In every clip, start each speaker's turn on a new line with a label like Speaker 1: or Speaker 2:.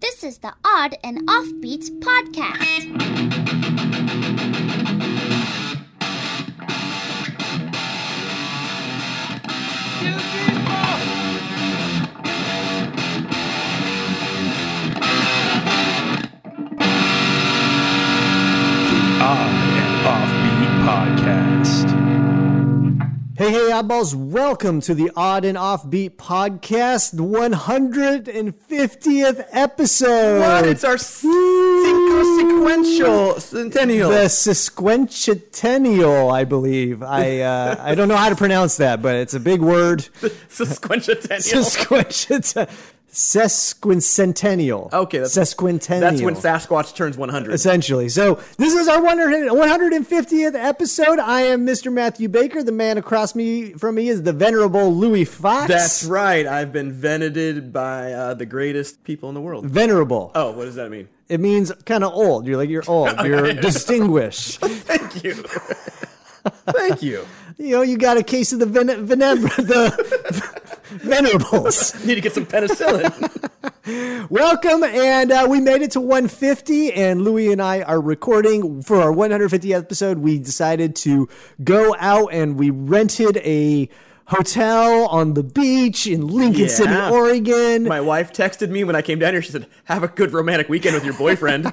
Speaker 1: This is the Odd and Offbeats podcast.
Speaker 2: On and Offbeat Podcast.
Speaker 3: Hey, hey, oddballs, welcome to the Odd and Offbeat Podcast 150th episode.
Speaker 4: What? It's our sequential centennial.
Speaker 3: the sesquicentennial, I believe. I uh, I don't know how to pronounce that, but it's a big word.
Speaker 4: Sesquicentennial.
Speaker 3: Sesquicentennial. Sesquicentennial.
Speaker 4: Okay, that's-
Speaker 3: sesquicentennial.
Speaker 4: That's when Sasquatch turns 100.
Speaker 3: essentially. So this is our 100 150th episode. I am Mr. Matthew Baker. The man across me from me is the venerable Louis Fox.
Speaker 4: That's right. I've been venerated by uh, the greatest people in the world.
Speaker 3: Venerable.
Speaker 4: Oh, what does that mean?
Speaker 3: It means kind of old. You're like you're old. You're distinguished.
Speaker 4: Thank you. Thank you.
Speaker 3: You know, you got a case of the ven- venem- the venerables.
Speaker 4: Need to get some penicillin.
Speaker 3: Welcome, and uh, we made it to 150. And Louis and I are recording for our 150th episode. We decided to go out and we rented a hotel on the beach in Lincoln
Speaker 4: Yeah.
Speaker 3: City, Oregon.
Speaker 4: My wife texted me when I came down here. She said, "Have a good romantic weekend with your boyfriend."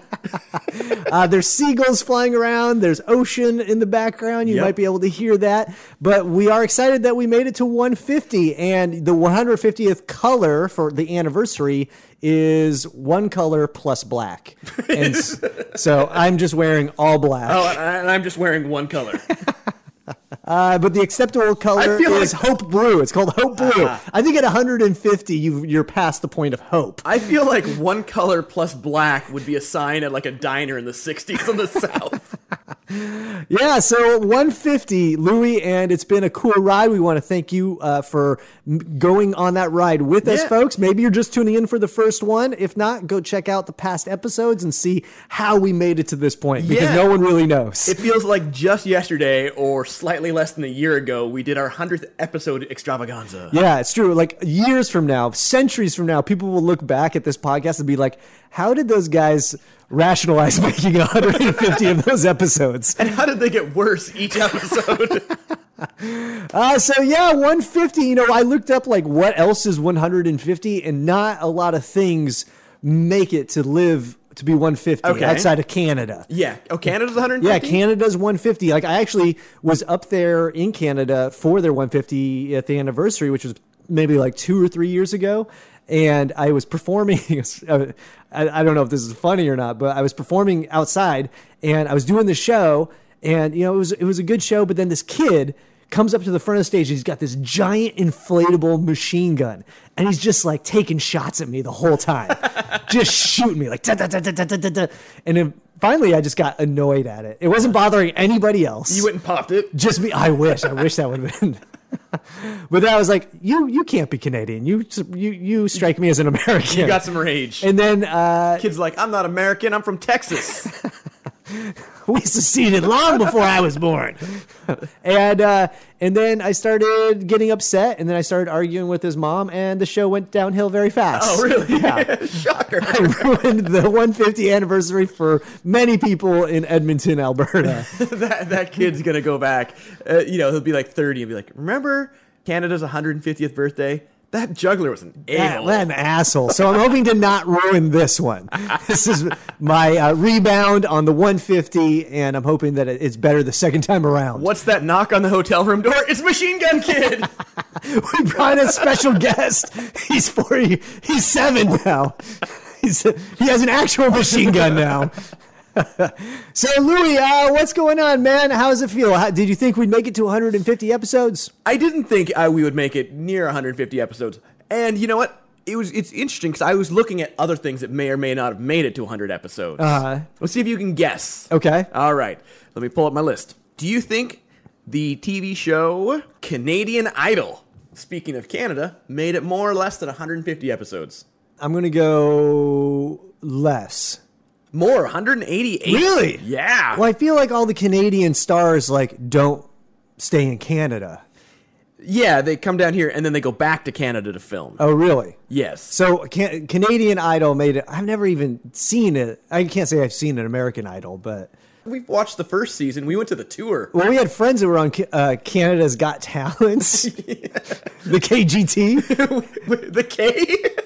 Speaker 3: Uh, there's seagulls flying around. There's ocean in the background. You
Speaker 4: Yep.
Speaker 3: might be able to hear that. But we are excited that we made it to 150. And the 150th color for the anniversary is one color plus black. And s- so I'm just wearing all black.
Speaker 4: oh, and I- and I'm just wearing one color.
Speaker 3: Uh, but the acceptable color
Speaker 4: I feel Uh-huh.
Speaker 3: is Hope Brew. It's called Hope Brew. I think at 150, you you're past the point of hope.
Speaker 4: I feel like one color plus black would be a sign at like a diner in the 60s in the South.
Speaker 3: Yeah, so 150, Louis, and it's been a cool ride. We want to thank you uh, for m- going on that ride with us,
Speaker 4: Yeah.
Speaker 3: folks. Maybe you're just tuning in for the first one. If not, go check out the past episodes and see how we made it to this point because
Speaker 4: Yeah.
Speaker 3: no one really knows.
Speaker 4: It feels like just yesterday, or slightly less than a year ago, we did our hundredth episode extravaganza.
Speaker 3: yeah, it's true. Like years from now, centuries from now, people will look back at this podcast and be like, how did those guys rationalize making 150 of those episodes?
Speaker 4: And how did they get worse each episode?
Speaker 3: Uh, so yeah, 150. You know, I looked up like what else is 150, and not a lot of things make it to live to be 150
Speaker 4: Okay.
Speaker 3: outside of Canada.
Speaker 4: yeah. Oh, Canada's 150.
Speaker 3: Yeah, Canada's 150. Like I actually was up there in Canada for their 150th anniversary, which was maybe like two or three years ago, and I was performing. I, I don't know if this is funny or not, but I was performing outside, and I was doing the show, and you know it was it was a good show, but then this kid comes up to the front of the stage. He's got this giant inflatable machine gun, and he's just like taking shots at me the whole time, just shooting me like da da da da da da da. da. And then finally, I just got annoyed at it. It wasn't bothering anybody else.
Speaker 4: You went and popped it.
Speaker 3: just me. I wish. I wish that would have been. but then I was like, you you can't be Canadian. You you you strike me as an American.
Speaker 4: You got some rage.
Speaker 3: And then uh,
Speaker 4: Kid's like, I'm not American. I'm from Texas.
Speaker 3: we seceded long before I was born. and uh, and then I started getting upset, and then I started arguing with his mom, and the show went downhill very fast.
Speaker 4: Oh, really?
Speaker 3: Yeah.
Speaker 4: Shocker.
Speaker 3: I ruined the 150 anniversary for many people in Edmonton, Alberta.
Speaker 4: that that kid's gonna go back. Uh, you know, he'll be like 30 and be like, remember Canada's 150th birthday? That juggler was an
Speaker 3: That,
Speaker 4: a-hole.
Speaker 3: what an asshole. So I'm hoping to not ruin this one. This is my uh, rebound on the 150, and I'm hoping that it- it's better the second time around.
Speaker 4: What's that knock on the hotel room door? It's Machine Gun Kid.
Speaker 3: We brought a special guest. He's 40. He's seven now. He's, he has an actual machine gun now. so, Louis, uh, what's going on, man? How does it feel? How, did you think we'd make it to 150 episodes?
Speaker 4: I didn't think I, we would make it near 150 episodes. And you know what? It was it's interesting because I was looking at other things that may or may not have made it to 100 episodes.
Speaker 3: Uh-huh.
Speaker 4: Let's see if you can guess.
Speaker 3: Okay.
Speaker 4: All right. Let me pull up my list. Do you think the TV show Canadian Idol, speaking of Canada, made it more or less than 150 episodes?
Speaker 3: I'm going to go less.
Speaker 4: More, 188.
Speaker 3: Really?
Speaker 4: Yeah.
Speaker 3: Well, I feel like all the Canadian stars like don't stay in Canada.
Speaker 4: Yeah, they come down here and then they go back to Canada to film.
Speaker 3: Oh, really?
Speaker 4: Yes.
Speaker 3: So can, Canadian Idol made it. I've never even seen it. I can't say I've seen an American Idol, but
Speaker 4: we watched the first season. We went to the tour.
Speaker 3: well, we had friends that were on Ca- uh, Canada's Got Talents, the KGT,
Speaker 4: the K?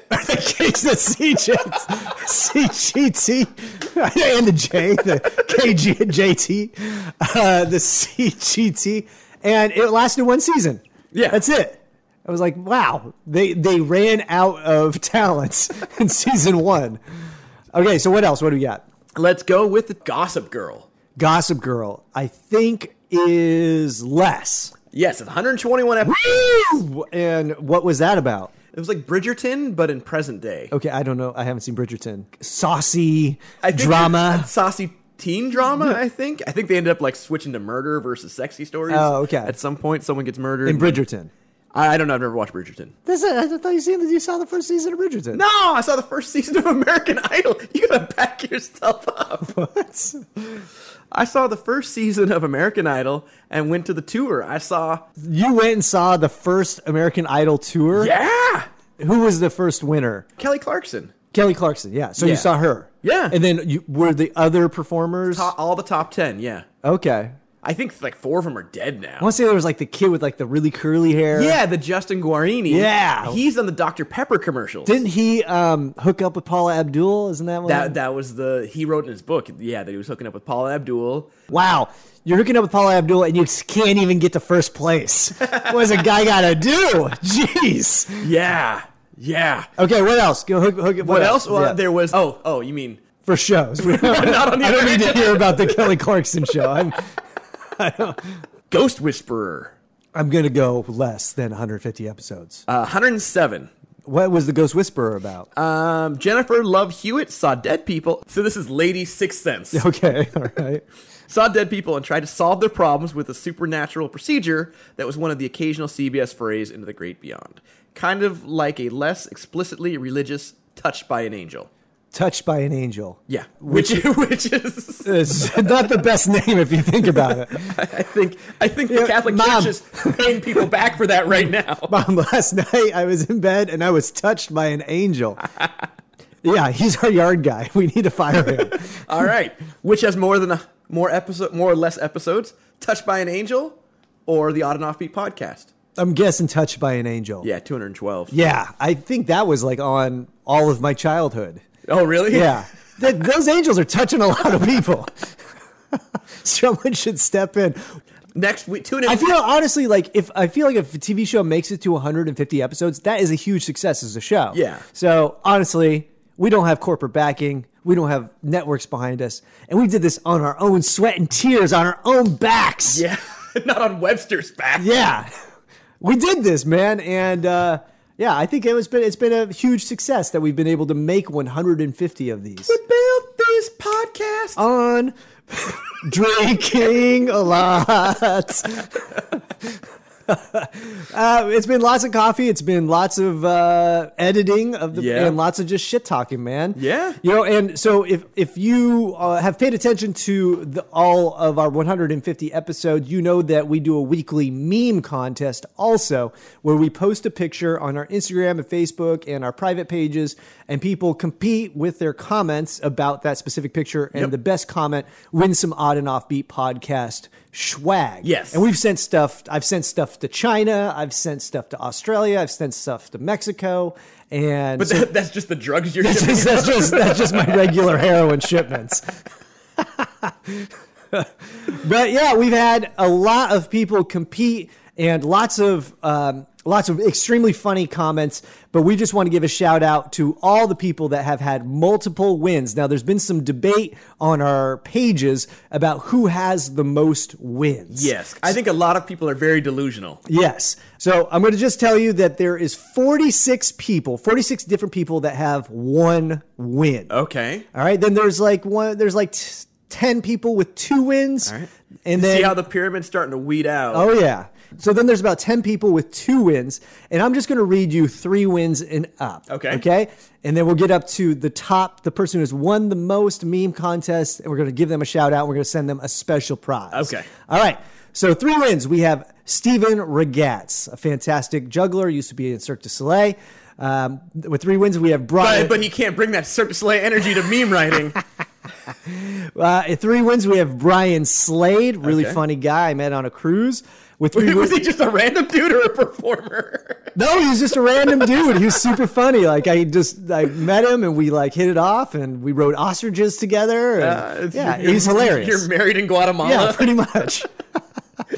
Speaker 3: the K's, the CJ, CGT, and the J, the KGJT, uh, the CGT, and it lasted one season.
Speaker 4: Yeah.
Speaker 3: that's it. I was like, wow, they they ran out of talents in season one. Okay, so what else? What do we got?
Speaker 4: Let's go with the Gossip Girl.
Speaker 3: Gossip Girl, I think is less.
Speaker 4: Yes, it's 121 episodes.
Speaker 3: And what was that about?
Speaker 4: It was like Bridgerton, but in present day.
Speaker 3: Okay, I don't know. I haven't seen Bridgerton. Saucy
Speaker 4: I think
Speaker 3: drama.
Speaker 4: it's saucy teen drama. I think. I think they ended up like switching to murder versus sexy stories.
Speaker 3: Oh, okay.
Speaker 4: At some point, someone gets murdered.
Speaker 3: In Bridgerton.
Speaker 4: I, I don't know. I've never watched Bridgerton.
Speaker 3: That's it. I thought you seen you saw the first season of Bridgerton.
Speaker 4: No, I saw the first season of American Idol. You gotta back yourself up.
Speaker 3: What?
Speaker 4: I saw the first season of American Idol and went to the tour. I saw.
Speaker 3: You went and saw the first American Idol tour.
Speaker 4: Yeah,
Speaker 3: Who was the first winner?
Speaker 4: Kelly Clarkson.
Speaker 3: Kelly Clarkson. Yeah. So you
Speaker 4: Yeah.
Speaker 3: saw her.
Speaker 4: Yeah.
Speaker 3: And then you were the other performers.
Speaker 4: Top, all the top ten. Yeah,
Speaker 3: Okay.
Speaker 4: I think like four of them are dead now.
Speaker 3: I want to say there was like the kid with like the really curly hair.
Speaker 4: Yeah, the Justin Guarini.
Speaker 3: Yeah.
Speaker 4: he's on the Dr Pepper commercials.
Speaker 3: Didn't he um, hook up with Paula Abdul? Isn't that what?
Speaker 4: That that was the he wrote in his book. Yeah, that he was hooking up with Paula Abdul.
Speaker 3: Wow, you're hooking up with Paula Abdul and you can't even get to first place. what does a guy gotta do? Jeez.
Speaker 4: Yeah, yeah.
Speaker 3: Okay, what else? Go hook, hook what,
Speaker 4: What else? Well,
Speaker 3: Yeah,
Speaker 4: there was. Oh, oh, you mean
Speaker 3: for shows. We don't-
Speaker 4: Not on the
Speaker 3: I don't need to
Speaker 4: internet.
Speaker 3: hear about the Kelly Clarkson show. I'm
Speaker 4: Ghost Whisperer?
Speaker 3: I'm gonna go less than 150 episodes.
Speaker 4: Uh, 107.
Speaker 3: what was the Ghost Whisperer about?
Speaker 4: Um, Jennifer Love Hewitt saw dead people. So this is Lady Sixth Sense.
Speaker 3: okay, all right.
Speaker 4: saw dead people and tried to solve their problems with a supernatural procedure that was one of the occasional CBS forays into the great beyond. Kind of like a less explicitly religious touched by an angel.
Speaker 3: Touched by an Angel.
Speaker 4: Yeah, which which is
Speaker 3: It's not the best name if you think about it.
Speaker 4: I think I think the
Speaker 3: Yeah,
Speaker 4: Catholic
Speaker 3: Mom.
Speaker 4: Church is paying people back for that right now.
Speaker 3: Mom, Um, last night I was in bed and I was touched by an angel. yeah, he's our yard guy. We need to fire him.
Speaker 4: All right, which has more than a, more episode, more or less episodes? Touched by an Angel, or the Odd and Offbeat podcast?
Speaker 3: I'm guessing touched by an angel.
Speaker 4: Yeah, two hundred and twelve.
Speaker 3: Yeah, I think that was like on all of my childhood.
Speaker 4: Oh, really?
Speaker 3: Yeah. Th- those angels are touching a lot of people. Someone should step in.
Speaker 4: Next week, tune in.
Speaker 3: I feel honestly like if I feel like if a TV show makes it to 150 episodes, that is a huge success as a show.
Speaker 4: Yeah.
Speaker 3: So honestly, we don't have corporate backing, we don't have networks behind us, and we did this on our own sweat and tears, on our own backs.
Speaker 4: yeah, not on Webster's back.
Speaker 3: Yeah. We did this, man, and uh, yeah, I think it was been it's been a huge success that we've been able to make 150 of these
Speaker 4: Build this podcast.
Speaker 3: on drinking a lot. Uh, it's been lots of coffee. It's been lots of uh, editing of the
Speaker 4: Yeah.
Speaker 3: and lots of just shit talking, man.
Speaker 4: Yeah.
Speaker 3: you know. And so if if you uh, have paid attention to the, all of our 150 episodes, you know that we do a weekly meme contest also, where we post a picture on our Instagram and Facebook and our private pages, and people compete with their comments about that specific picture, and
Speaker 4: Yep.
Speaker 3: the best comment wins some odd and offbeat podcast swag.
Speaker 4: Yes.
Speaker 3: And we've sent stuff. I've sent stuff to China. I've sent stuff to Australia. I've sent stuff to Mexico. And
Speaker 4: but
Speaker 3: so-
Speaker 4: that, that's just the drugs you're.
Speaker 3: that's,
Speaker 4: doing.
Speaker 3: just, that's just that's just my regular heroin shipments. but yeah, we've had a lot of people compete and lots of um, lots of extremely funny comments. But we just want to give a shout out to all the people that have had multiple wins. Now, there's been some debate on our pages about who has the most wins.
Speaker 4: yes, I think a lot of people are very delusional.
Speaker 3: Yes. So I'm going to just tell you that there is 46 people, 46 different people that have one win.
Speaker 4: Okay.
Speaker 3: All right. Then there's like one. There's like t- 10 people with two wins.
Speaker 4: right.
Speaker 3: And then
Speaker 4: See how the pyramid's starting to weed out.
Speaker 3: Oh yeah. So then there's about 10 people with two wins, and I'm just going to read you three wins and up.
Speaker 4: Okay.
Speaker 3: Okay? And then we'll get up to the top, the person who's won the most meme contest, and we're going to give them a shout out. And we're going to send them a special prize.
Speaker 4: Okay.
Speaker 3: All right. So three wins. We have Stephen Regatz, a fantastic juggler, used to be in Cirque du Soleil. Um, with three wins, we have Brian.
Speaker 4: But, but he can't bring that Cirque du Soleil energy to meme writing.
Speaker 3: Uh, at three wins, we have Brian Slade, really
Speaker 4: Okay.
Speaker 3: funny guy I met on a cruise. With three wins,
Speaker 4: was he just a random dude or a performer?
Speaker 3: no, he was just a random dude. He was super funny. Like I just I met him and we like hit it off and we rode ostriches together. And, yeah,
Speaker 4: Uh, You're-
Speaker 3: he's hilarious.
Speaker 4: You're married in Guatemala.
Speaker 3: Yeah, pretty much.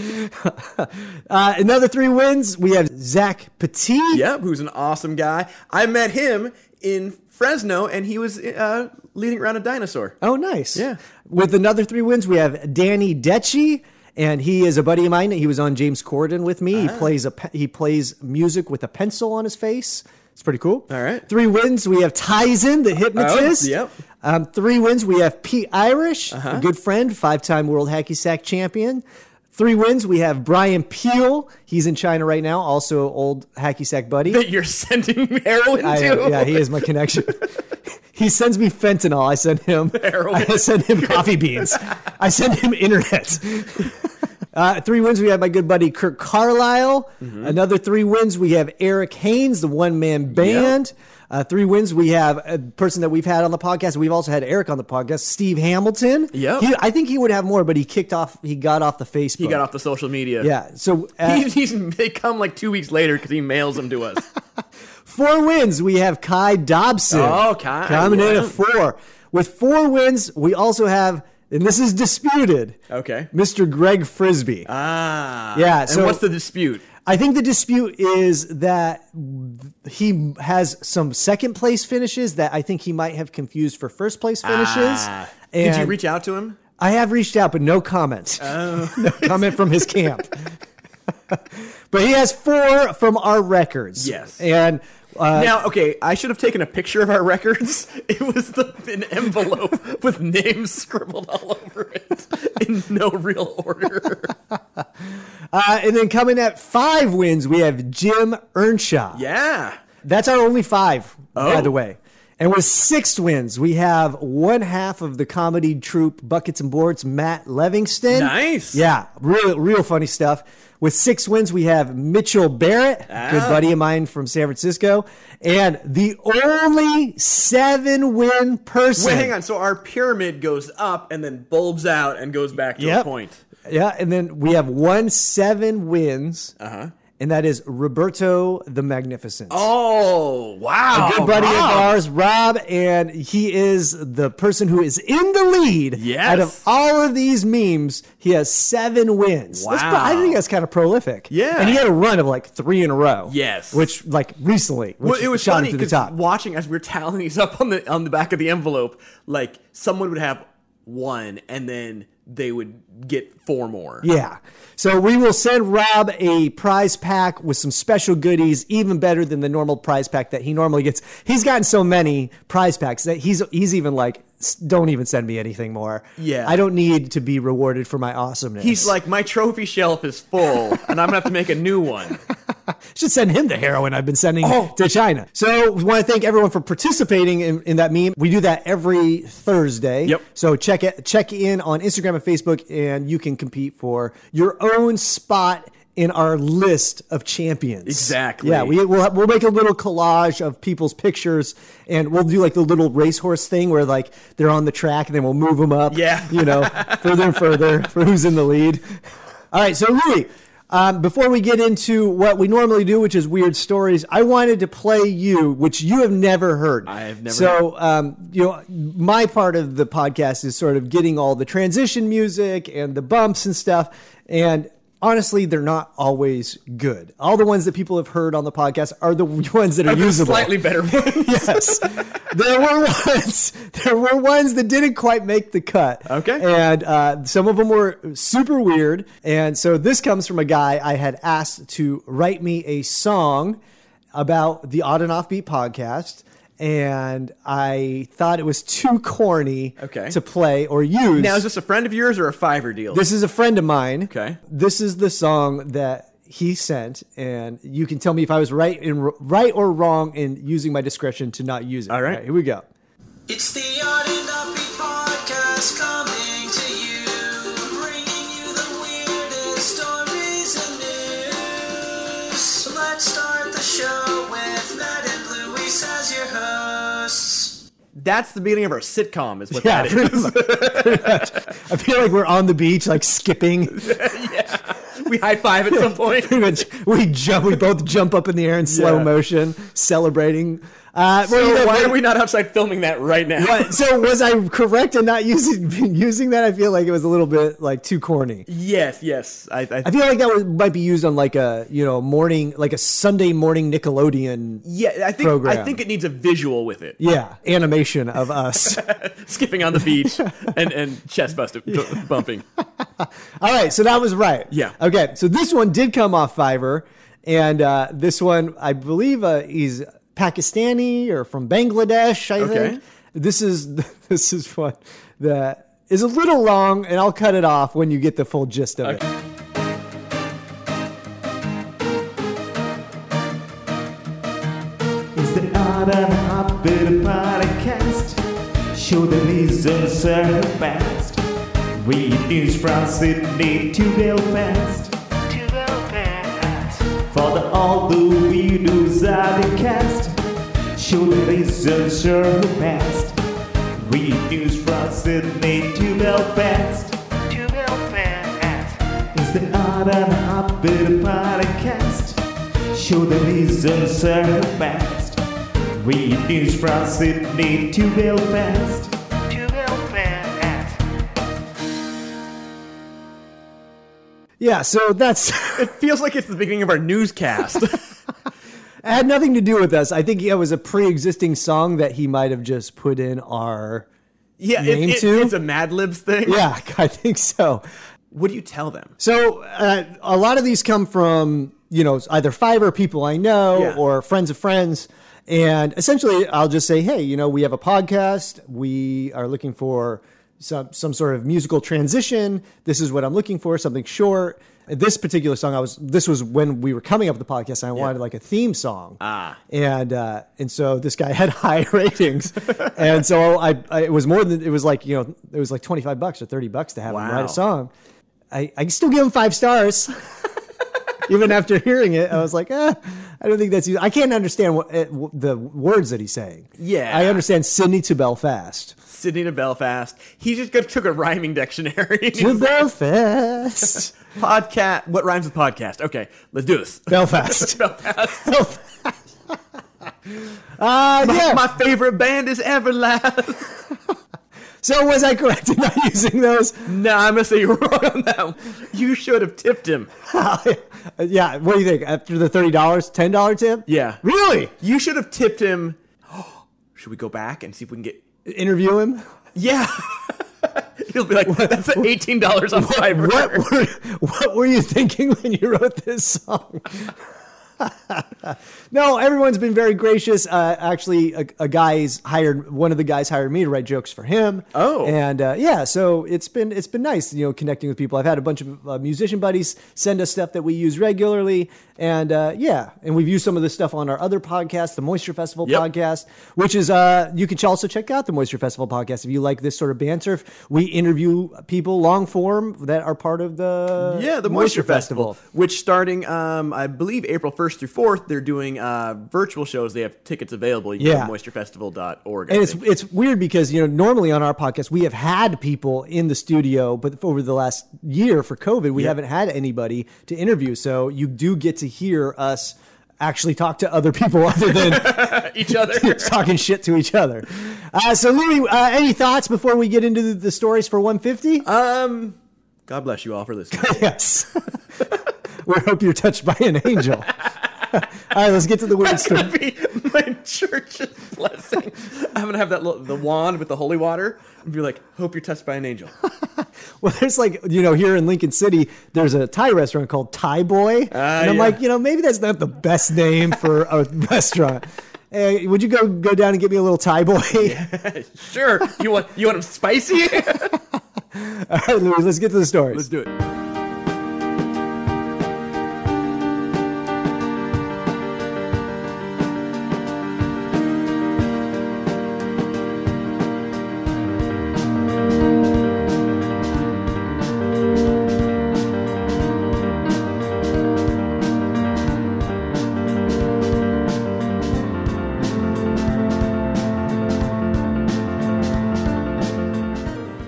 Speaker 3: uh, another three wins. We have Zach Petit.
Speaker 4: Yep, who's an awesome guy. I met him in Fresno, and he was uh, leading around a dinosaur.
Speaker 3: Oh, nice.
Speaker 4: Yeah.
Speaker 3: With another three wins, we have Danny Decci, and he is a buddy of mine. He was on James Corden with me.
Speaker 4: Ah.
Speaker 3: He plays a pe- he plays music with a pencil on his face. It's pretty cool.
Speaker 4: All right.
Speaker 3: Three wins. We have Tyson, the hypnotist.
Speaker 4: Oh, yep. Uh-huh.
Speaker 3: Um, three wins. We have Pete Irish, a good friend, five time World Hacky Sack champion. Three wins. We have Brian Peel. He's in China right now, also old Hacky Sack buddy.
Speaker 4: That you're sending heroin
Speaker 3: I,
Speaker 4: to.
Speaker 3: yeah, he is my connection. he sends me fentanyl. I send him.
Speaker 4: Heroin.
Speaker 3: I send him coffee beans. I send him internet. Uh, three wins. We have my good buddy Kirk Carlisle. Another three wins. We have Eric Haynes, the one man band. Uh, three wins. We have a person that we've had on the podcast. We've also had Eric on the podcast, Steve Hamilton.
Speaker 4: Yep.
Speaker 3: He- I think he would have more, but he kicked off. He got off the Facebook.
Speaker 4: He got off the social media.
Speaker 3: Yeah. So uh,
Speaker 4: He, he's, they come like two weeks later because he mails them to us.
Speaker 3: four wins, we have Kai Dobson.
Speaker 4: Oh, Kai,
Speaker 3: Coming in
Speaker 4: yeah.
Speaker 3: at four. With four wins, we also have, and this is disputed,
Speaker 4: Okay.
Speaker 3: Mr. Greg Frisbee.
Speaker 4: Ah.
Speaker 3: Yeah,
Speaker 4: And
Speaker 3: so-
Speaker 4: what's the dispute?
Speaker 3: I think the dispute is that he has some second place finishes that I think he might have confused for first place finishes.
Speaker 4: Ah. Did you
Speaker 3: Uh, And
Speaker 4: reach out Oh. to him?
Speaker 3: I have reached out, but no comment. no comment from his camp. but he has four from our records.
Speaker 4: Yes.
Speaker 3: And uh,
Speaker 4: Now, okay, I should have taken a picture of our records. It was the, an envelope with names scribbled all over it in no real order.
Speaker 3: Uh, and then coming at five wins, we have Jim Earnshaw.
Speaker 4: Yeah.
Speaker 3: That's our only five, by
Speaker 4: Oh.
Speaker 3: the way. And with six wins, we have one half of the comedy troupe Buckets and Boards, Matt Levingston.
Speaker 4: Nice.
Speaker 3: Yeah, real, real funny stuff. With six wins, we have Mitchell Barrett, good
Speaker 4: Ah.
Speaker 3: buddy of mine from San Francisco, and the only seven win person.
Speaker 4: Wait, hang on. So our pyramid goes up and then bulbs out and goes back to
Speaker 3: Yep.
Speaker 4: a point.
Speaker 3: Yeah, and then we have one seven wins, uh-huh. and that is Roberto the Magnificent.
Speaker 4: Oh, wow.
Speaker 3: good buddy of ours, Rob, and he is the person who is in the lead.
Speaker 4: Yes.
Speaker 3: Out of all of these memes, he has seven wins. That's pro- I
Speaker 4: Wow.
Speaker 3: think that's kind of prolific.
Speaker 4: Yeah.
Speaker 3: And he had a run of like three in a row.
Speaker 4: Yes.
Speaker 3: Which, like, recently. Which
Speaker 4: Well, it was
Speaker 3: shot
Speaker 4: funny
Speaker 3: him to the
Speaker 4: because
Speaker 3: top.
Speaker 4: watching as we were tallying these up on the on the back of the envelope, like someone would have one and then they would get four more.
Speaker 3: Yeah. So we will send Rob a prize pack with some special goodies, even better than the normal prize pack that he normally gets. He's gotten so many prize packs that he's he's even like, "S- don't even send me anything more.
Speaker 4: Yeah.
Speaker 3: I don't need to be rewarded for my awesomeness.
Speaker 4: He's like, my trophy shelf is full, and I'm gonna have to make a new one.
Speaker 3: should send him the heroin I've been sending
Speaker 4: Oh.
Speaker 3: to China. So we want to thank everyone for participating in, in that meme. We do that every Thursday.
Speaker 4: Yep.
Speaker 3: So check it, check in on Instagram and Facebook, and you can compete for your own spot in our list of champions.
Speaker 4: Exactly.
Speaker 3: Yeah, we, we'll, we'll make a little collage of people's pictures, and we'll do like the little racehorse thing where like they're on the track, and then we'll move them up.
Speaker 4: Yeah.
Speaker 3: You know, further and further for who's in the lead. All right, so Louis, um, before we get into what we normally do, which is weird stories, I wanted to play you, which you have never heard.
Speaker 4: I have never
Speaker 3: So, um, you know, my part of the podcast is sort of getting all the transition music and the bumps and stuff, and. Honestly, they're not always good. All the ones that people have heard on the podcast are the ones that are usable
Speaker 4: Slightly better one.
Speaker 3: yes. There were ones. There were ones that didn't quite make the cut.
Speaker 4: Okay.
Speaker 3: And uh, some of them were super weird. And so this comes from a guy I had asked to write me a song about the Odd and Offbeat podcast. And I thought it was too corny
Speaker 4: Okay.
Speaker 3: to play or use.
Speaker 4: Now, is this a friend of yours or a Fiverr deal?
Speaker 3: This is a friend of mine.
Speaker 4: Okay.
Speaker 3: This is the song that he sent, and you can tell me if I was right in right or wrong in using my discretion to not use it.
Speaker 4: All right.
Speaker 3: here we go.
Speaker 5: It's the Odd and Upbeat podcast coming to you, bringing you the weirdest
Speaker 4: That's the beginning of our sitcom, is what
Speaker 3: Yeah,
Speaker 4: that is.
Speaker 3: pretty much, pretty much. I feel like we're on the beach, like skipping.
Speaker 4: we high five at some point.
Speaker 3: Pretty much, we jump. We both jump up in the air in slow
Speaker 4: Yeah.
Speaker 3: motion, celebrating. Uh,
Speaker 4: So
Speaker 3: well, you know,
Speaker 4: why
Speaker 3: what-
Speaker 4: are we not outside filming that right now?
Speaker 3: what- so was I correct in not using using that? I feel like it was a little bit like too corny.
Speaker 4: Yes, yes. I, I,
Speaker 3: I feel like that would, might be used on like a you know morning, like a Sunday morning Nickelodeon.
Speaker 4: yeah, I think I
Speaker 3: program.
Speaker 4: think it needs a visual with it.
Speaker 3: Yeah, animation of us.
Speaker 4: Skipping on the beach and, and chest busting, bumping.
Speaker 3: All right, so that was right.
Speaker 4: Yeah.
Speaker 3: Okay, so this one did come off Fiverr, and uh, this one I believe uh, he's Pakistani or from Bangladesh. I
Speaker 4: Okay.
Speaker 3: think this is this is one that is a little long, and I'll cut it off when you get the full gist of it.
Speaker 6: It's the Odd and Hopped podcast. Show the reasons are fast. We news from Sydney to Belfast. To Belfast. For the all the weirdos are the cast. Show the reasons are fast. We news from Sydney to Belfast. To Belfast. It's the Odd and Hopped podcast. Show the reasons are fast. We news from Sydney to Belfast. To Belfast.
Speaker 3: Yeah, so that's it
Speaker 4: Feels like it's the beginning of our newscast.
Speaker 3: had nothing to do with us. I think it was a pre-existing song that he might have just put in our.
Speaker 4: yeah, it-
Speaker 3: Name
Speaker 4: it-
Speaker 3: too?
Speaker 4: it's a Mad Libs thing.
Speaker 3: Yeah, I think so.
Speaker 4: What do you tell them?
Speaker 3: So uh, a lot of these come from you know either Fiverr people I know
Speaker 4: Yeah.
Speaker 3: or friends of friends, and essentially I'll just say, hey, you know, we have a podcast. We are looking for some some sort of musical transition. This is what I'm looking for. Something short. This particular song, I was. This was when we were coming up with the podcast, and I wanted like a theme song.
Speaker 4: Ah.
Speaker 3: and uh, and so this guy had high ratings, and so I, I it was more than it was like you know it was like twenty five bucks or thirty bucks to have him
Speaker 4: Wow.
Speaker 3: write a song. I, I still give him five stars. Even after hearing it, I was like, eh, I don't think that's. I can't understand what eh, w- the words that he's saying.
Speaker 4: Yeah.
Speaker 3: I understand Sydney to Belfast.
Speaker 4: Sydney to Belfast. He just got, took a rhyming dictionary.
Speaker 3: To Belfast,
Speaker 4: podcast. What rhymes with podcast? Okay, let's do this.
Speaker 3: Belfast,
Speaker 4: Belfast.
Speaker 3: Belfast. uh, yeah.
Speaker 4: My favorite band is Everlast.
Speaker 3: so was I correct in not using those?
Speaker 4: no, I'm gonna say you're wrong on that. One. You should have tipped him.
Speaker 3: yeah. What do you think? After the thirty dollars, ten dollar tip?
Speaker 4: Yeah.
Speaker 3: Really?
Speaker 4: You should have tipped him. Should we go back and see if we can get?
Speaker 3: Interview him.
Speaker 4: Yeah. He'll be like, that's eighteen dollars on Fiverr.
Speaker 3: What were, what were you thinking when you wrote this song? no, everyone's been very gracious. Uh, actually, a, a guy's hired one of the guys hired me to write jokes for him.
Speaker 4: Oh.
Speaker 3: and uh, yeah, so it's been it's been nice, you know, connecting with people. I've had a bunch of uh, musician buddies send us stuff that we use regularly, and uh, yeah, and we've used some of this stuff on our other podcast, the Moisture Festival
Speaker 4: Yep.
Speaker 3: podcast, which is uh, you can also check out the Moisture Festival podcast if you like this sort of banter. We interview people long form that are part of the
Speaker 4: Yeah, the Moisture, Festival, which starting, um, I believe, April 1st through 4th, they're doing uh, virtual shows. They have tickets available. You
Speaker 3: Yeah.
Speaker 4: go to moisturefestival.org. I
Speaker 3: And it's
Speaker 4: think.
Speaker 3: it's weird because you know normally on our podcast we have had people in the studio, but over the last year for COVID we haven't had anybody to interview. So you do get to hear us actually talk to other people other than
Speaker 4: each other.
Speaker 3: talking shit to each other. Uh, so Louis, uh, any thoughts before we get into the, the stories for 150?
Speaker 4: God bless you all for listening.
Speaker 3: yes. we hope you're touched by an angel. All right, let's get to the weird story.
Speaker 4: That'd be my church's blessing. I'm gonna have that little, the wand with the holy water and be like, "Hope you're touched by an angel."
Speaker 3: Well, there's like you know here in Lincoln City, there's a Thai restaurant called Thai Boy, and I'm
Speaker 4: Ah, yeah.
Speaker 3: like, you know, maybe that's not the best name for a restaurant. Hey, would you go go down and get me a little Thai Boy?
Speaker 4: sure, you want you want them spicy?
Speaker 3: All right, Louis, let's get to the stories.
Speaker 4: Let's do it.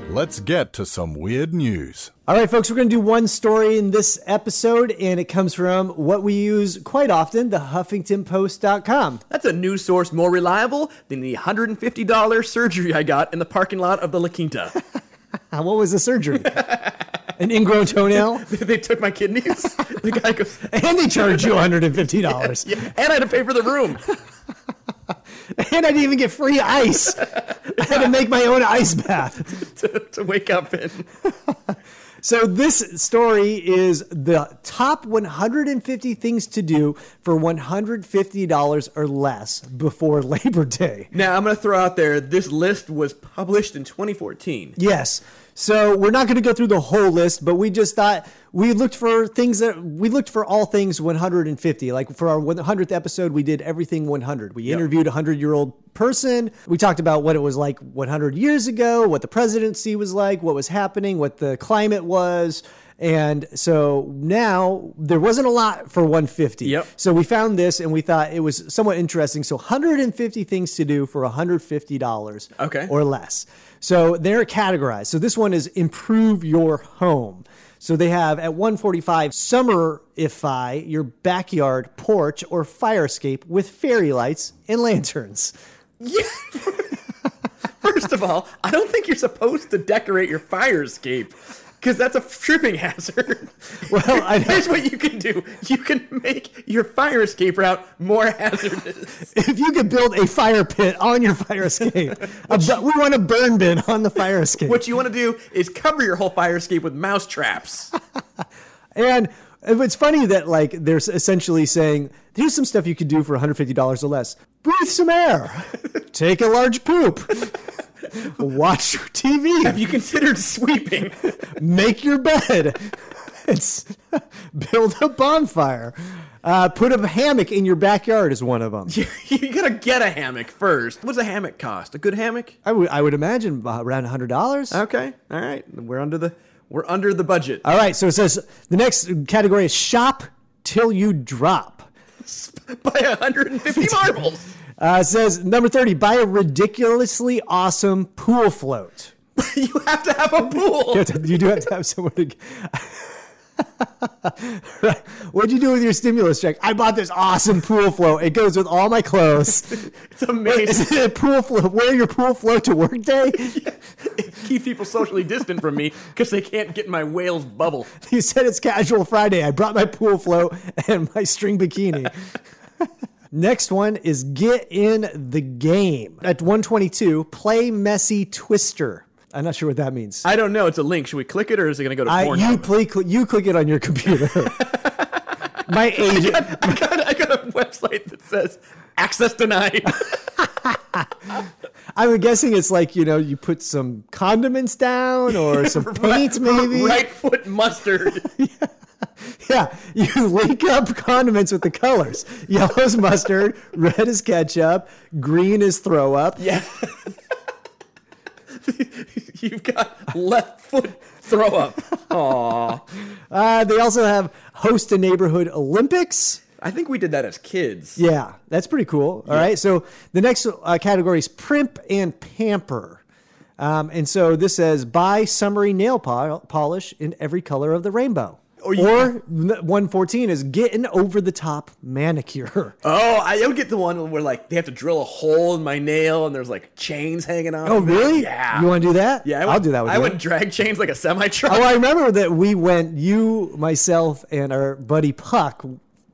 Speaker 7: Let's get to some weird news.
Speaker 3: All right, folks, we're going to do one story in this episode, and it comes from what we use quite often, the HuffingtonPost.com.
Speaker 4: That's a news source more reliable than the $150 surgery I got in the parking lot of the La Quinta.
Speaker 3: Uh, What was the surgery? An ingrown toenail?
Speaker 4: they took my kidneys. the guy goes,
Speaker 3: And they charged you $150.
Speaker 4: yeah, and I had to pay for the room.
Speaker 3: And I didn't even get free ice. I had to make my own ice bath.
Speaker 4: to, to wake up in.
Speaker 3: So this story is the top 150 things to do for $150 or less before Labor Day.
Speaker 4: Now I'm gonna throw out there this list was published in 2014.
Speaker 3: Yes. So we're not going to go through the whole list, but we just thought we looked for things that we looked for all things 150. Like for our 100th episode, we did everything 100. We interviewed a 100 year old person. We talked about what it was like 100 years ago, what the presidency was like, what was happening, what the climate was. And so now there wasn't a lot for 150.
Speaker 4: Yep.
Speaker 3: So we found this and we thought it was somewhat interesting. So 150 things to do for $150
Speaker 4: Okay.
Speaker 3: or less. So they're categorized. So this one is improve your home. So they have at 145 summerify your backyard, porch, or fire escape with fairy lights and lanterns.
Speaker 4: First of all, I don't think you're supposed to decorate your fire escape because that's a tripping hazard.
Speaker 3: Well, I know
Speaker 4: Here's what you can do: you can make your fire escape route more hazardous.
Speaker 3: if you could build a fire pit on your fire escape, a bu- we want a burn bin on the fire escape.
Speaker 4: What you want to do is cover your whole fire escape with mouse traps.
Speaker 3: And it's funny that like they're essentially saying, here's some stuff you could do for $150 or less. Breathe some air. Take a large poop. Watch your
Speaker 4: Have
Speaker 3: TV.
Speaker 4: you considered sweeping?
Speaker 3: Make your bed. It's build a bonfire. Uh, put a hammock in your backyard is one of them.
Speaker 4: you gotta get a hammock first. What's a hammock cost? A good hammock?
Speaker 3: I would I would imagine about around hundred dollars.
Speaker 4: Okay, all right. We're under the we're under the budget.
Speaker 3: All right. So it says the next category is shop till you drop.
Speaker 4: by 150 marbles.
Speaker 3: Uh, it says number thirty, buy a ridiculously awesome pool float.
Speaker 4: you have to have a pool.
Speaker 3: have to- you do have to have somewhere to. What'd you do with your stimulus check? I bought this awesome pool float. It goes with all my clothes.
Speaker 4: It's amazing.
Speaker 3: Is it a pool float? Wear your pool float to work day.
Speaker 4: Keep people socially distant from me because they can't get in my whale's bubble.
Speaker 3: You said it's casual Friday. I brought my pool float and my string bikini. Next one is get in the game. At 122, play messy twister. I'm not sure what that means.
Speaker 4: I don't know. It's a link. Should we click it or is it going to go to
Speaker 3: I, you,
Speaker 4: Pornhub?
Speaker 3: play, you click it on your computer. my agent.
Speaker 4: I, got, I got a website that says access denied.
Speaker 3: I'm guessing it's like you know you put some condiments down or some paint maybe.
Speaker 4: right foot mustard.
Speaker 3: Yeah, you link up condiments with the colors. Yellow's mustard, red is ketchup, green is throw up.
Speaker 4: yeah. You've got left foot throw up.
Speaker 3: Uh, they also have host a neighborhood Olympics.
Speaker 4: I think we did that as kids.
Speaker 3: Yeah, that's pretty cool. All right, so the next uh, category is primp and pamper. Um, and so this says buy summery nail pol- polish in every color of the rainbow. Or,
Speaker 4: you-
Speaker 3: n- 114 is get an over the top manicure.
Speaker 4: Oh, I don't get the one where like they have to drill a hole in my nail and there's like chains hanging on.
Speaker 3: Oh, really?
Speaker 4: Yeah.
Speaker 3: You want to do that?
Speaker 4: Yeah, I
Speaker 3: I'll
Speaker 4: would-
Speaker 3: do that with
Speaker 4: I
Speaker 3: you.
Speaker 4: would drag chains like a semi truck.
Speaker 3: Oh, I remember that we went, you, myself, and our buddy Puck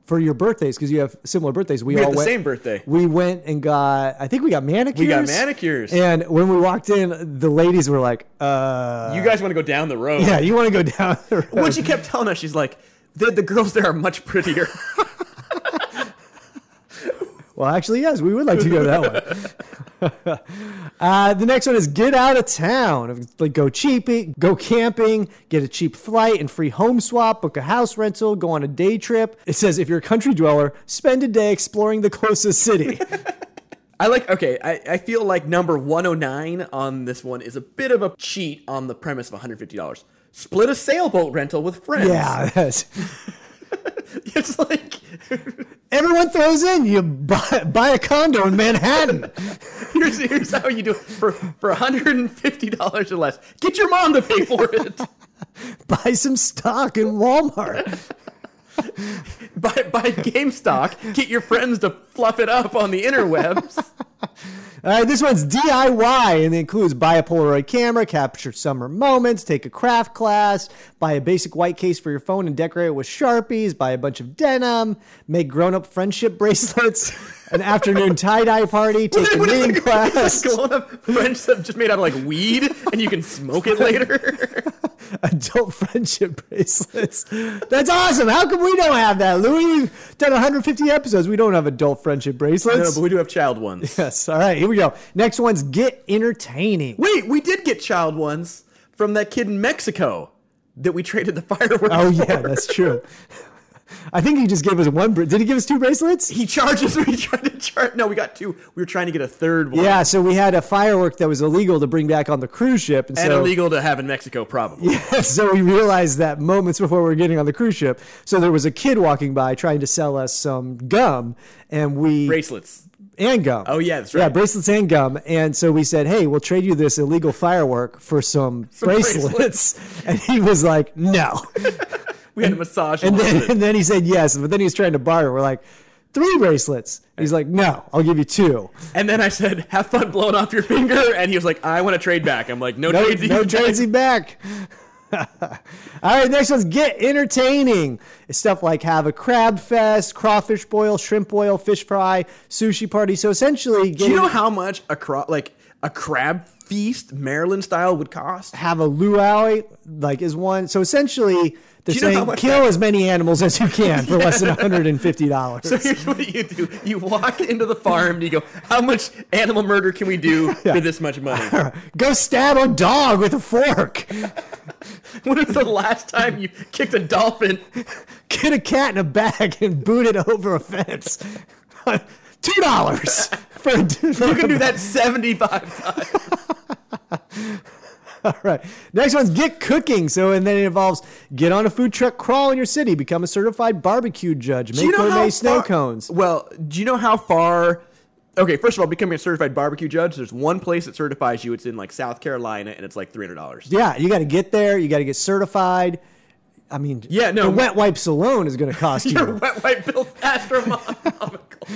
Speaker 3: for your birthdays because you have similar birthdays. We,
Speaker 4: had
Speaker 3: all
Speaker 4: the
Speaker 3: went,
Speaker 4: same birthday.
Speaker 3: We went and got, I think we got manicures.
Speaker 4: manicures.
Speaker 3: And when we walked in, the ladies were like, uh,
Speaker 4: you guys want to go down the road?
Speaker 3: yeah, you want to go down the road.
Speaker 4: What she kept telling us, she's like, the, the girls there are much prettier.
Speaker 3: Well, actually, yes, we would like to go that way. uh, the next one is get out of town. Like go cheaping, go camping, get a cheap flight and free home swap, book a house rental, go on a day trip. It says if you're a country dweller, spend a day exploring the closest city.
Speaker 4: I like. Okay, I, I feel like number one hundred nine on this one is a bit of a cheat on the premise of one hundred fifty dollars. Split a sailboat rental with friends.
Speaker 3: yeah, that's,
Speaker 4: it's like
Speaker 3: Everyone throws in. You buy, buy a condo in Manhattan.
Speaker 4: Here's, here's how you do it for, for $150 or less. Get your mom to pay for it.
Speaker 3: buy some stock in Walmart.
Speaker 4: buy, buy game stock. Get your friends to fluff it up on the interwebs.
Speaker 3: All right, this one's DIY and it includes buy a Polaroid camera, capture summer moments, take a craft class, buy a basic white case for your phone and decorate it with Sharpies, buy a bunch of denim, make grown up friendship bracelets, an afternoon tie dye party, take a
Speaker 4: What is
Speaker 3: knitting
Speaker 4: it-
Speaker 3: class,
Speaker 4: Going up French stuff just made out of like weed and you can smoke it later.
Speaker 3: adult friendship bracelets. That's awesome. How come we don't have that, Louis? We've done 150 episodes. We don't have adult friendship
Speaker 4: no,
Speaker 3: bracelets.
Speaker 4: but we do have child ones.
Speaker 3: yes. All right, here we go. Next one's get entertaining.
Speaker 4: Wait, we did get child ones from that kid in Mexico that we traded the fireworks.
Speaker 3: Oh
Speaker 4: for.
Speaker 3: yeah, that's true. I think he just gave us one. bra- Did he give us two bracelets?
Speaker 4: He charges. We tried to charge. No, we got two. We were trying to get a third one.
Speaker 3: Yeah. So we had a firework that was illegal to bring back on the cruise ship, and,
Speaker 4: and
Speaker 3: so
Speaker 4: illegal to have in Mexico, probably.
Speaker 3: so we realized that moments before we were getting on the cruise ship. So there was a kid walking by trying to sell us some gum, and we
Speaker 4: Bracelets.
Speaker 3: and gum.
Speaker 4: Oh, yeah, that's
Speaker 3: Yeah,
Speaker 4: right.
Speaker 3: bracelets and gum. And so we said, "Hey, we'll trade you this illegal firework for some, bracelets. And he was like, "No."
Speaker 4: We had a massage.
Speaker 3: And
Speaker 4: him.
Speaker 3: then, and then he said yes, but then he was trying to barter. We're like, three bracelets. He's like, no, I'll give you two.
Speaker 4: And then I said, "Have fun blowing off your finger." And he was like, "I want to trade back." I'm like, "No,
Speaker 3: No,
Speaker 4: tradesy.
Speaker 3: no tradesy back. All right, next one's get entertaining. It's stuff like have a crab fest, crawfish boil, shrimp boil, fish fry, sushi party. So essentially,
Speaker 4: Do
Speaker 3: getting,
Speaker 4: you know how much a cra- like a crab feast Maryland style would cost?
Speaker 3: have a luau like is one. So essentially, they're
Speaker 4: you know how
Speaker 3: saying
Speaker 4: much
Speaker 3: kill as many animals as you can for less than one hundred and fifty dollars.
Speaker 4: So here's what you do: you walk into the farm and you go, "How much animal murder can we do for this much money?"
Speaker 3: Go stab a dog with a fork.
Speaker 4: when was the last time you kicked a dolphin?
Speaker 3: get a cat in a bag and boot it over a fence. Two dollars for a
Speaker 4: You can do that 75 times.
Speaker 3: Right. Next one's get cooking. So and then it involves get on a food truck, crawl in your city, become a certified barbecue judge, make
Speaker 4: Do you know how
Speaker 3: gourmet snow
Speaker 4: far-
Speaker 3: cones.
Speaker 4: Well, do you know how far? Okay, first of all, becoming a certified barbecue judge, there's one place that certifies you. It's in like South Carolina, and it's like three hundred dollars.
Speaker 3: Yeah, you got to get there. You got to get certified. I mean,
Speaker 4: Yeah, no.
Speaker 3: the wet wipes alone is going to cost
Speaker 4: Your
Speaker 3: you.
Speaker 4: wet wipe bill astronomical.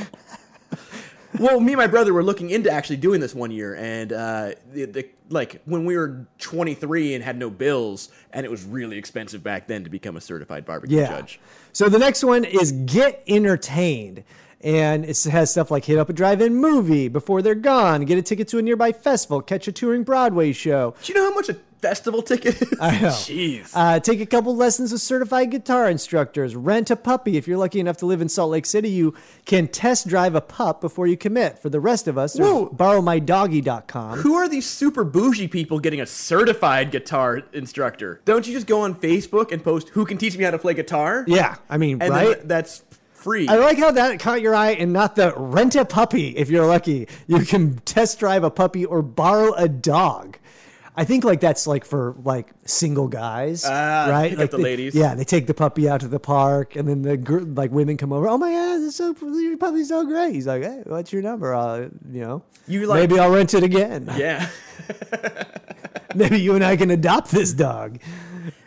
Speaker 4: well, me and my brother were looking into actually doing this one year, and uh, the, the like when we were 23 and had no bills, and it was really expensive back then to become a certified barbecue
Speaker 3: Yeah.
Speaker 4: judge.
Speaker 3: So the next one is get entertained. And it has stuff like hit up a drive-in movie before they're gone, get a ticket to a nearby festival, catch a touring Broadway show,
Speaker 4: Do you know how much a festival ticket is?
Speaker 3: I know.
Speaker 4: Jeez.
Speaker 3: Uh, take a couple lessons with certified guitar instructors. Rent a puppy. If you're lucky enough to live in Salt Lake City, you can test drive a pup before you commit. For the rest of us,
Speaker 4: Whoa.
Speaker 3: there's borrowmydoggy.com.
Speaker 4: Who are these super bougie people getting a certified guitar instructor? Don't you just go on Facebook and post who can teach me how to play guitar?
Speaker 3: Yeah, I mean,
Speaker 4: And
Speaker 3: right?
Speaker 4: then that's free.
Speaker 3: I like how that caught your eye and not the rent a puppy if you're lucky. You can test drive a puppy or borrow a dog. I think like that's like for like single guys,
Speaker 4: Ah,
Speaker 3: right?
Speaker 4: pick up
Speaker 3: Like
Speaker 4: the
Speaker 3: they-
Speaker 4: ladies.
Speaker 3: Yeah, they take the puppy out to the park, and then the gr- like women come over. Oh my god, this so, your puppy's so great. He's like, hey, what's your number? Uh, you know,
Speaker 4: You, like-
Speaker 3: maybe I'll rent it again.
Speaker 4: yeah.
Speaker 3: maybe you and I can adopt this dog.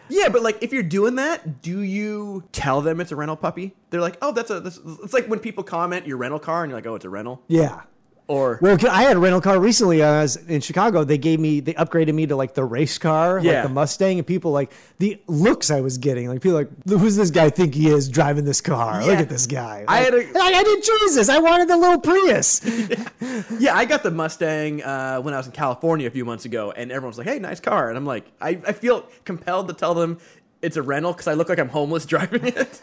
Speaker 4: Yeah, but like if you're doing that, do you tell them it's a rental puppy? They're like, oh, that's a. This, it's like when people comment your rental car and you're like, oh, it's a rental.
Speaker 3: Yeah.
Speaker 4: Or
Speaker 3: Well, 'cause I had a rental car recently. I was in Chicago. They gave me, they upgraded me to like the race car,
Speaker 4: Yeah.
Speaker 3: like the Mustang, and people like the looks I was getting. Like people like, who's this guy think he is driving this car? Look
Speaker 4: Yeah.
Speaker 3: at this guy.
Speaker 4: I
Speaker 3: Like,
Speaker 4: had a-
Speaker 3: and I, I didn't choose this. I wanted the little Prius.
Speaker 4: yeah, I got the Mustang uh, when I was in California a few months ago, and everyone's like, hey, nice car, and I'm like, I, I feel compelled to tell them it's a rental because I look like I'm homeless driving it.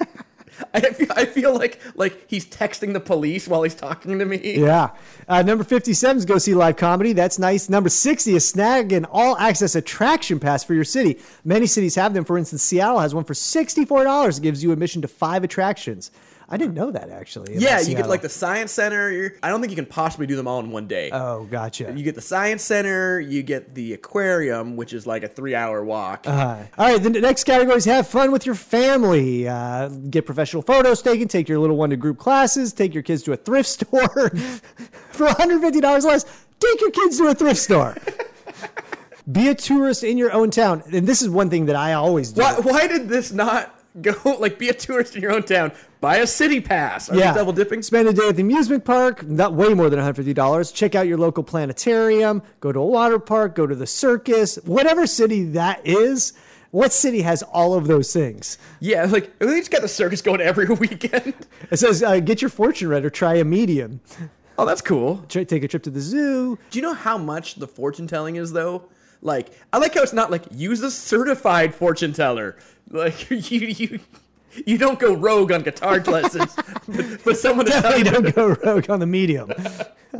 Speaker 4: I feel, I feel like like he's texting the police while he's talking to me.
Speaker 3: yeah. Uh, number 57 is go see live comedy. That's nice. Number 60 is snag an all access attraction pass for your city. Many cities have them. For instance, Seattle has one for $64. It gives you admission to five attractions. I didn't know that actually. about
Speaker 4: Yeah, you
Speaker 3: Seattle.
Speaker 4: get like the science center. You're, I don't think you can possibly do them all in one day.
Speaker 3: Oh, gotcha.
Speaker 4: you get the science center. You get the aquarium, which is like a three-hour walk.
Speaker 3: Uh, all right, the next category is have fun with your family. Uh, get professional photos taken. Take your little one to group classes. Take your kids to a thrift store for $150 less. Take your kids to a thrift store. Be a tourist in your own town. And this is one thing that I always do.
Speaker 4: Why, why did this not go like be a tourist in your own town? Buy a city pass. Are we
Speaker 3: yeah.
Speaker 4: double dipping.
Speaker 3: Spend a day at the amusement park, not way more than $150. Check out your local planetarium, go to a water park, go to the circus, whatever city that is. What city has all of those things?
Speaker 4: Yeah, like they just got the circus going every weekend.
Speaker 3: It says, uh, get your fortune read or try a medium.
Speaker 4: Oh, that's cool.
Speaker 3: Try, take a trip to the zoo.
Speaker 4: Do you know how much the fortune telling is though? Like, I like how it's not like use a certified fortune teller. Like you you you don't go rogue on guitar lessons, but, but someone to tell
Speaker 3: Definitely
Speaker 4: you
Speaker 3: don't go rogue on the medium.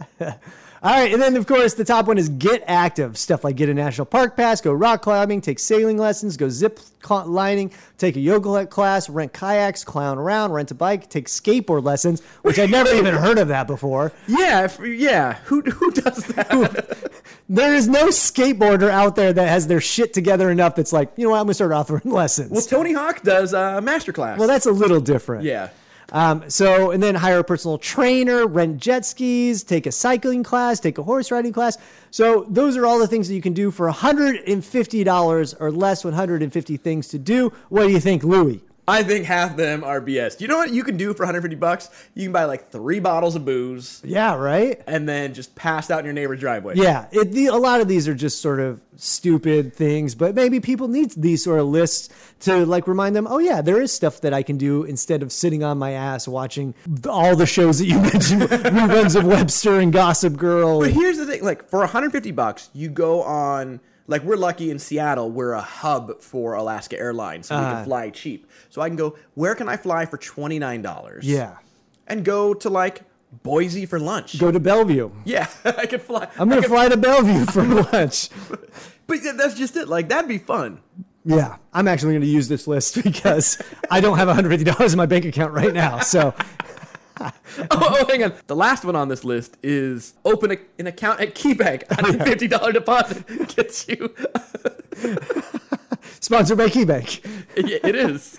Speaker 3: All right, and then of course the top one is get active. Stuff like get a national park pass, go rock climbing, take sailing lessons, go zip cl- lining, take a yoga class, rent kayaks, clown around, rent a bike, take skateboard lessons, which I'd never even heard of that before.
Speaker 4: Yeah, if- yeah. Who who does that?
Speaker 3: There is no skateboarder out there that has their shit together enough that's like, you know what, I'm gonna start offering lessons.
Speaker 4: well, Tony Hawk does uh, masterclass.
Speaker 3: well, that's a little different.
Speaker 4: yeah.
Speaker 3: Um, so, and then hire a personal trainer, rent jet skis, take a cycling class, take a horse riding class. So, those are all the things that you can do for $150 or less, 150 things to do. What do you think, Louis?
Speaker 4: I think half them are BS. You know what you can do for 150 bucks? You can buy like three bottles of booze
Speaker 3: Yeah, right?
Speaker 4: and then just pass out in your neighbor's driveway.
Speaker 3: Yeah, it, the, a lot of these are just sort of stupid things, but maybe people need these sort of lists to like remind them, oh, yeah, there is stuff that I can do instead of sitting on my ass watching th- all the shows that you mentioned, reruns of Webster and Gossip Girl.
Speaker 4: But here's the thing, like for 150 bucks, you go on like we're lucky in Seattle, we're a hub for Alaska Airlines, so
Speaker 3: Uh-huh.
Speaker 4: we can fly cheap. So I can go, where can I fly for $29?
Speaker 3: yeah.
Speaker 4: And go to like Boise for lunch.
Speaker 3: Go to Bellevue.
Speaker 4: yeah, I could fly.
Speaker 3: I'm gonna fly to Bellevue for lunch.
Speaker 4: But yeah, that's just it. Like that'd be fun.
Speaker 3: Yeah, I'm actually gonna use this list because I don't have $150 in my bank account right now. So
Speaker 4: Oh, oh, hang on. The last one on this list is open a, an account at KeyBank. $150 deposit gets you.
Speaker 3: sponsored by KeyBank.
Speaker 4: Yeah, it is.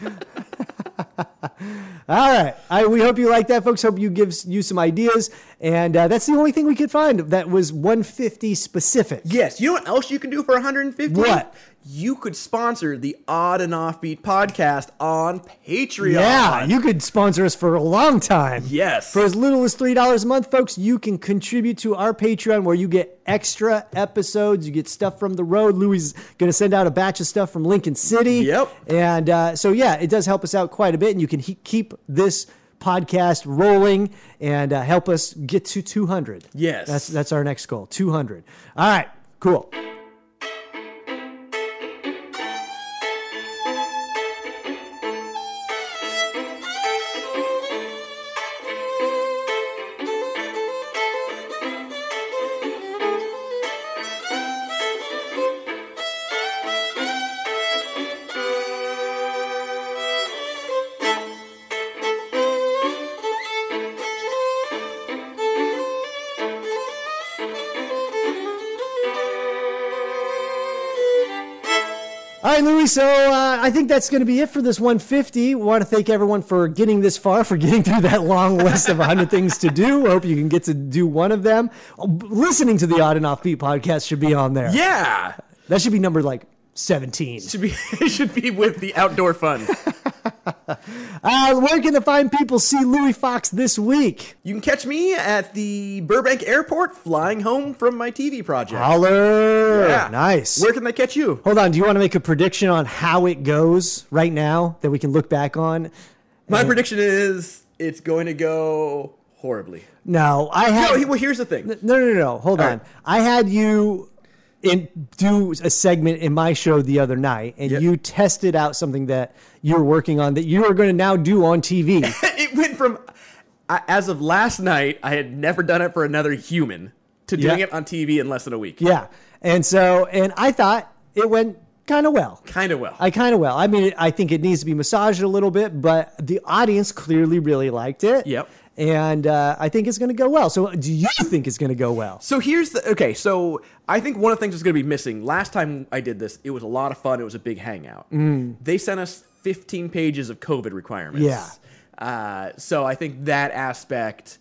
Speaker 3: All right, I, we hope you like that, folks. Hope you gives you some ideas, and uh, that's the only thing we could find that was 150 specific.
Speaker 4: Yes. You know what else you can do for 150?
Speaker 3: What?
Speaker 4: You could sponsor the Odd and Offbeat podcast on Patreon.
Speaker 3: Yeah, you could sponsor us for a long time.
Speaker 4: Yes.
Speaker 3: For as little as $3 a month, folks, you can contribute to our Patreon where you get extra episodes. You get stuff from the road. Louis is going to send out a batch of stuff from Lincoln City.
Speaker 4: Yep.
Speaker 3: And uh, so, yeah, it does help us out quite a bit. And you can he- keep this podcast rolling and uh, help us get to 200.
Speaker 4: Yes.
Speaker 3: That's, that's our next goal 200. All right, cool. All right, Louis. So uh, I think that's going to be it for this 150. We want to thank everyone for getting this far, for getting through that long list of 100 things to do. I hope you can get to do one of them. Oh, b- Listening to the Odd and Offbeat podcast should be on there.
Speaker 4: Yeah.
Speaker 3: that should be number like 17.
Speaker 4: Should be, it should be with the outdoor fun.
Speaker 3: Uh, where can the fine people see Louis Fox this week?
Speaker 4: You can catch me at the Burbank Airport flying home from my TV project.
Speaker 3: Holler.
Speaker 4: Yeah.
Speaker 3: Nice.
Speaker 4: Where can they catch you?
Speaker 3: Hold on. Do you want to make a prediction on how it goes right now that we can look back on? Mm.
Speaker 4: My prediction is it's going to go horribly.
Speaker 3: No, I
Speaker 4: No,
Speaker 3: have.
Speaker 4: he- well, here's the thing.
Speaker 3: No, no, no. Hold
Speaker 4: All
Speaker 3: on.
Speaker 4: right.
Speaker 3: I had you in do a segment in my show the other night, and
Speaker 4: Yep.
Speaker 3: you tested out something that you were working on that you are going to now do on TV.
Speaker 4: it went from I, as of last night i had never done it for another human to doing
Speaker 3: Yeah.
Speaker 4: it on tv in less than a week
Speaker 3: yeah, and so and I thought it went kind of well.
Speaker 4: Kind of well.
Speaker 3: I kind of well. I mean, I think it needs to be massaged a little bit, but the audience clearly really liked it.
Speaker 4: Yep.
Speaker 3: And uh, I think it's going to go well. So, do you think it's going to go well?
Speaker 4: So here's the okay. So I think one of the things that's going to be missing. Last time I did this, it was a lot of fun. It was a big hangout. They sent us 15 pages of COVID requirements.
Speaker 3: Mm. Yeah.
Speaker 4: Uh, so I think that aspect,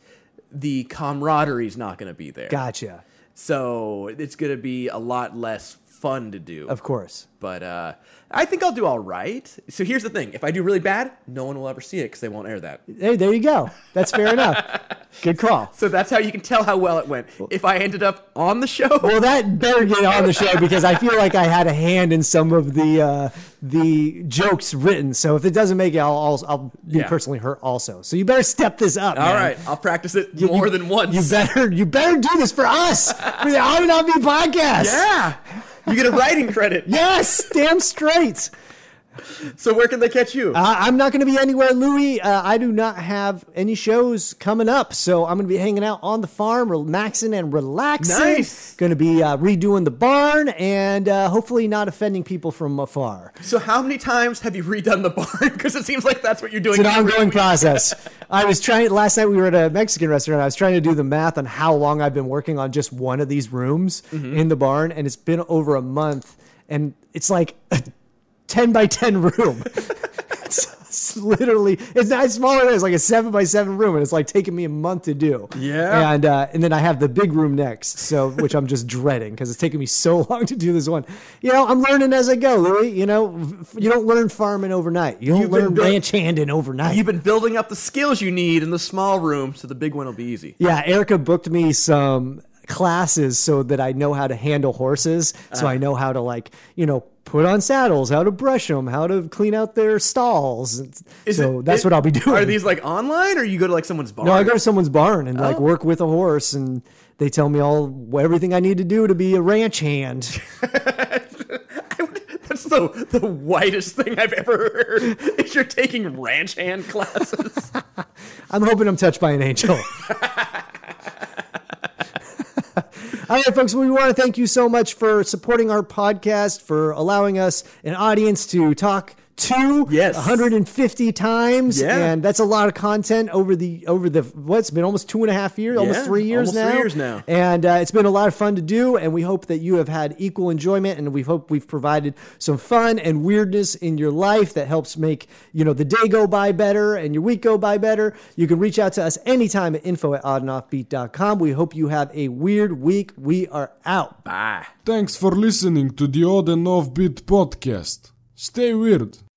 Speaker 4: the camaraderie is not going to be there.
Speaker 3: Gotcha.
Speaker 4: So it's going to be a lot less fun to do.
Speaker 3: Of course.
Speaker 4: But uh, I think I'll do all right. So here's the thing: if I do really bad, no one will ever see it because they won't air that.
Speaker 3: Hey, there you go. That's fair enough. Good call.
Speaker 4: So that's how you can tell how well it went. If I ended up on the show,
Speaker 3: Well, that better get on the show because I feel like I had a hand in some of the uh, the jokes written. So if it doesn't make it, I'll I'll, I'll be
Speaker 4: Yeah.
Speaker 3: personally hurt also. So you better step this up.
Speaker 4: all
Speaker 3: man.
Speaker 4: right, I'll practice it more than once.
Speaker 3: You better you better do this for us for the On and On Beat podcast.
Speaker 4: Yeah, you get a writing credit.
Speaker 3: Yes, damn straight.
Speaker 4: So where can they catch you?
Speaker 3: Uh, I'm not going to be anywhere, Louis. Uh, I do not have any shows coming up, so I'm going to be hanging out on the farm, relaxing and relaxing.
Speaker 4: Nice.
Speaker 3: Going to be uh, redoing the barn and uh, hopefully not offending people from afar.
Speaker 4: so how many times have you redone the barn? Because it seems like that's what you're doing.
Speaker 3: It's an
Speaker 4: every
Speaker 3: ongoing
Speaker 4: week.
Speaker 3: process. I was trying last night. We were at a Mexican restaurant. I was trying to do the math on how long I've been working on just one of these rooms
Speaker 4: Mm-hmm.
Speaker 3: in the barn, and it's been over a month. And it's like a ten by ten room. it's, it's literally it's not smaller. Than, it's like a seven by seven room, and it's like taking me a month to do.
Speaker 4: Yeah.
Speaker 3: And uh, and then I have the big room next, so which I'm just dreading because it's taking me so long to do this one. You know, I'm learning as I go, Louis. You know, v- you don't learn farming overnight. You don't
Speaker 4: You've been
Speaker 3: learn
Speaker 4: built-
Speaker 3: ranch handing overnight.
Speaker 4: You've been building up the skills you need in the small room, so the big one will be easy.
Speaker 3: Yeah, Erica booked me some classes so that I know how to handle horses.
Speaker 4: Uh-huh.
Speaker 3: So I know how to like, you know, put on saddles, how to brush them, how to clean out their stalls. And
Speaker 4: Is
Speaker 3: so
Speaker 4: it-
Speaker 3: that's
Speaker 4: it-
Speaker 3: what I'll be doing.
Speaker 4: Are these Oh. like online, or you go to like someone's barn?
Speaker 3: no, I go to someone's barn and like work with a horse and they tell me all everything I need to do to be a ranch hand.
Speaker 4: That's the the whitest thing I've ever heard. Is you're taking ranch hand classes.
Speaker 3: I'm hoping I'm touched by an angel. All right, folks, we want to thank you so much for supporting our podcast, for allowing us an audience to talk to
Speaker 4: Yes.
Speaker 3: 150 times.
Speaker 4: Yeah.
Speaker 3: And that's a lot of content over the over the what's been almost two and a half years, almost
Speaker 4: Yeah,
Speaker 3: three years
Speaker 4: almost
Speaker 3: now.
Speaker 4: three years now.
Speaker 3: And uh, it's been a lot of fun to do, and we hope that you have had equal enjoyment, and we hope we've provided some fun and weirdness in your life that helps make you know the day go by better and your week go by better. You can reach out to us anytime at info at oddandoffbeat.com. We hope you have a weird week. We are out.
Speaker 4: Bye.
Speaker 7: Thanks for listening to the Odd and Offbeat podcast. Stay weird.